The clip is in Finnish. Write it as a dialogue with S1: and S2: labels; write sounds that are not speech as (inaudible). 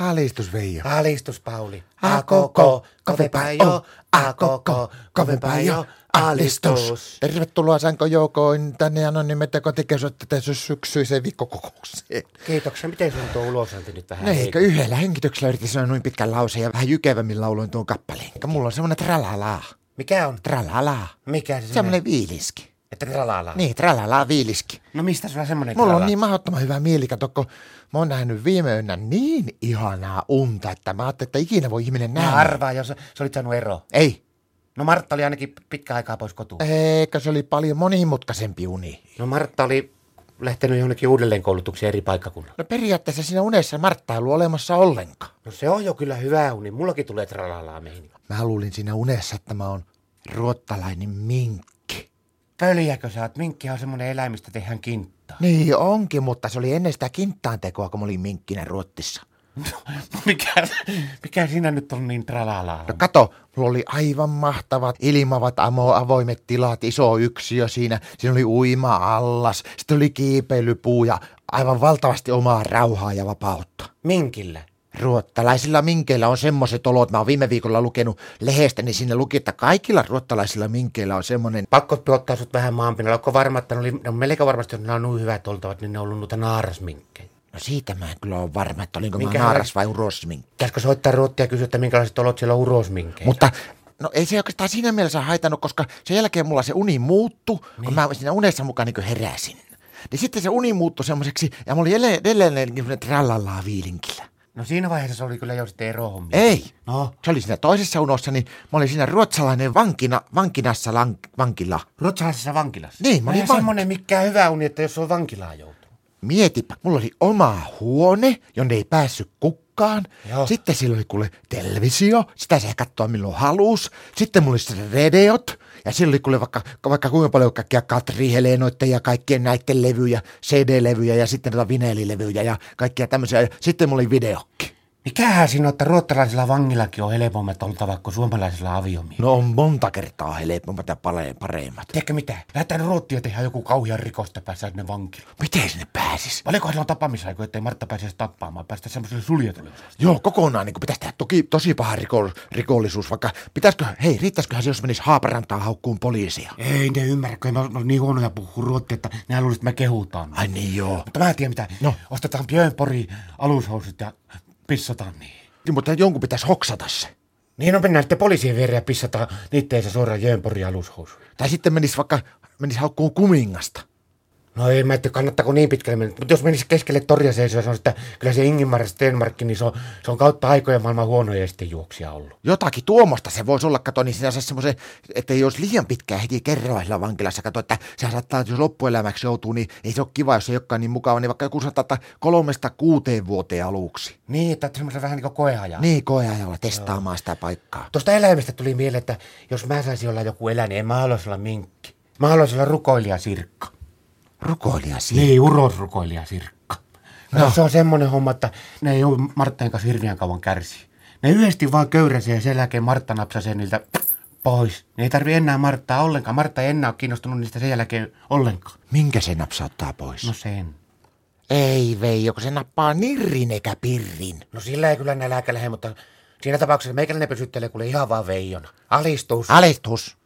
S1: Alistus Veijo.
S2: Alistus Pauli.
S1: A koko, kovempaa jo. A koko, kovempaa jo. Alistus. Tervetuloa Sanko Joukoin tänne anonymitte kotikeskustelussa syksyiseen viikkokokoukseen. No
S2: Kiitoksia. Miten sun tuo ulosanti nyt vähän?
S1: Eikö yhdellä henkityksellä yritin sanoa noin pitkän lauseen ja vähän jykevämmin lauloin tuon kappaleen. Mulla on semmoinen tralalaa.
S2: Mikä on?
S1: Tralalaa.
S2: Mikä se
S1: Semmoinen viiliski.
S2: Että tralala.
S1: Niin, tralalaa viiliski.
S2: No mistä sulla semmonen
S1: Mulla on
S2: tralala?
S1: niin mahdottoman hyvä mieli, kato, kun mä oon nähnyt viime yönä niin ihanaa unta, että mä ajattelin, että ikinä voi ihminen
S2: Mä
S1: nähdä.
S2: arvaan, jos sä olit saanut ero.
S1: Ei,
S2: No Martta oli ainakin pitkä aikaa pois kotua.
S1: Eikö se oli paljon monimutkaisempi uni?
S2: No Martta oli lähtenyt jonnekin uudelleenkoulutukseen eri paikkakunnalla.
S1: No periaatteessa siinä unessa Martta ei ollut olemassa ollenkaan.
S2: No se on jo kyllä hyvä uni. Mullakin tulee tralalaa meihin.
S1: Mä luulin siinä unessa, että mä oon ruottalainen minkki.
S2: Pöliäkö sä oot? Minkkihän on semmonen eläin, mistä tehdään kinttaa. (laughs)
S1: Niin onkin, mutta se oli ennen sitä kinttaan tekoa, kun mä olin minkkinä Ruottissa.
S2: mikä, mikä siinä nyt on niin tralalaa?
S1: No kato, mulla oli aivan mahtavat ilmavat amo, avoimet tilat, iso yksiö siinä. Siinä oli uima-allas, sitten oli kiipeilypuu ja aivan valtavasti omaa rauhaa ja vapautta.
S2: Minkillä?
S1: Ruottalaisilla minkeillä on semmoiset olot. Mä oon viime viikolla lukenut lehdestä, niin siinä luki, että kaikilla ruottalaisilla minkeillä on semmoinen...
S2: Pakko ottaa sut vähän maanpinnalla. Onko varma, että ne, oli, ne on melkein varmasti, jos ne on niin hyvät oltavat, niin ne on ollut noita naarasminkkejä.
S1: No siitä mä en kyllä ole varma, että olinko
S2: Minkä
S1: mä naaras vai urosminkki.
S2: Pitäisikö soittaa ruottia ja kysyä, että minkälaiset olot siellä on urosminkkejä?
S1: Mutta no ei se oikeastaan siinä mielessä haitannut, koska sen jälkeen mulla se uni muuttu, niin. kun mä siinä unessa mukaan niin heräsin. Niin sitten se uni muuttui semmoiseksi, ja mulla oli ele- edelleen niin trallallaa viilinkillä.
S2: No siinä vaiheessa se oli kyllä jo sitten erohommia.
S1: Ei.
S2: No,
S1: Se oli siinä toisessa unossa, niin mä olin siinä ruotsalainen vankina, vankinassa lank- vankila.
S2: ruotsalaisessa vankilassa.
S1: Niin, mä
S2: no
S1: olin
S2: ja
S1: vanki.
S2: semmonen mikään hyvä uni, että jos on vankilaan joutunut.
S1: Mietipä, mulla oli oma huone, jonne ei päässyt kukkaan.
S2: Joo.
S1: Sitten sillä oli kuule televisio, sitä sai katsoa milloin halus. Sitten mulla oli sitten redeot, ja sillä oli kuule vaikka, vaikka kuinka paljon kaikkia Katri Helenoiden ja kaikkien näiden levyjä, CD-levyjä ja sitten noita vineelilevyjä ja kaikkia tämmöisiä. Ja sitten mulla oli videokki.
S2: Mikähän siinä on, että ruottalaisilla vangillakin on helpommat oltavat kuin suomalaisilla aviomiehillä?
S1: No on monta kertaa helpommat ja pale- paremmat.
S2: Tiedätkö mitä? Lähdetään ruottia tehdä joku kauhea rikosta päässä sinne vankilaan.
S1: Miten sinne pääsis?
S2: Paljonkohan sillä on tapaamisaikoja, ettei Martta pääse edes tappaamaan, päästä semmoiselle suljetulle osastolle?
S1: Joo, kokonaan niin pitäisi tehdä toki, tosi paha riko, rikollisuus, vaikka pitäisikö, hei, riittäisiköhän se, jos menisi Haaparantaan haukkuun poliisia?
S2: Ei ne ymmärrä, kun mä oon niin huonoja puhua ruottia, että nämä luulisit, että mä kehutaan.
S1: Ai niin joo.
S2: Mutta mä en tiedä mitä.
S1: No.
S2: Ostetaan Björnpori alushousut ja pissataan niihin.
S1: Niin, mutta jonkun pitäisi hoksata se.
S2: Niin on mennään sitten poliisien viereen ja pissataan niitteensä suoraan Björnporin alushousuun.
S1: Tai sitten menisi vaikka, menisi haukkuun kumingasta.
S2: No ei mä tiedä, kannattaako niin pitkälle mennä. Mutta jos menisi keskelle torja seisoa, sanoisi, että kyllä se Ingemar Stenmarkki, niin se on, se on kautta aikojen maailman huonoja juoksia ollut.
S1: Jotakin tuomosta se voisi olla, kato, niin sinä saa semmoisen, että jos liian pitkään heti kerralla vankilassa, kato, että sehän saattaa, että jos loppuelämäksi joutuu, niin ei se ole kiva, jos ei olekaan niin mukava, niin vaikka joku sanotaan, että kolmesta kuuteen vuoteen aluksi.
S2: Niin, että semmoisen vähän niin kuin koeajaa.
S1: Niin koeajalla testaamaan sitä paikkaa.
S2: Tuosta eläimestä tuli mieleen, että jos mä saisin olla joku eläin, niin en mä haluaisi olla minkki. Mä haluaisin olla rukoilijasirkka.
S1: Rukoilija siinä.
S2: Niin, urosrukoilijasirkka. No. Se on semmoinen homma, että ne ei ole Marttan kanssa hirveän kauan kärsi. Ne yhdesti vaan köyräsee ja sen jälkeen Martta napsasee niiltä pois. Ne ei tarvi enää Marttaa ollenkaan. Martta ei enää ole kiinnostunut niistä sen jälkeen ollenkaan.
S1: Minkä se napsauttaa pois?
S2: No sen.
S1: Ei Veijo, kun se nappaa nirrin eikä pirrin.
S2: No sillä ei kyllä nälääkä lähde, mutta siinä tapauksessa meikäläinen pysyttelee kuule ihan vaan veijona. Alistus.
S1: Alistus.